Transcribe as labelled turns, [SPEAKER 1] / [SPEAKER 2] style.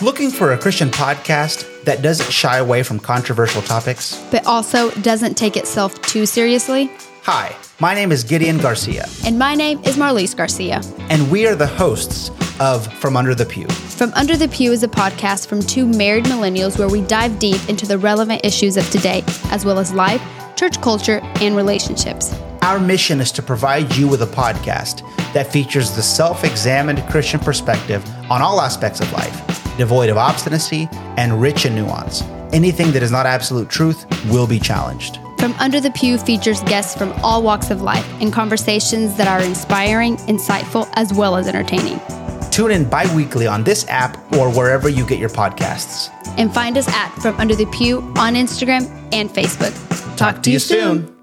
[SPEAKER 1] Looking for a Christian podcast that doesn't shy away from controversial topics?
[SPEAKER 2] but also doesn't take itself too seriously.
[SPEAKER 1] Hi, my name is Gideon Garcia,
[SPEAKER 2] And my name is Marlise Garcia.
[SPEAKER 1] and we are the hosts of From Under the Pew.
[SPEAKER 2] From Under the Pew is a podcast from two married millennials where we dive deep into the relevant issues of today, as well as life, church culture, and relationships.
[SPEAKER 1] Our mission is to provide you with a podcast that features the self examined Christian perspective on all aspects of life, devoid of obstinacy and rich in nuance. Anything that is not absolute truth will be challenged.
[SPEAKER 2] From Under the Pew features guests from all walks of life and conversations that are inspiring, insightful, as well as entertaining.
[SPEAKER 1] Tune in bi weekly on this app or wherever you get your podcasts.
[SPEAKER 2] And find us at From Under the Pew on Instagram and Facebook. Talk,
[SPEAKER 1] Talk to you soon.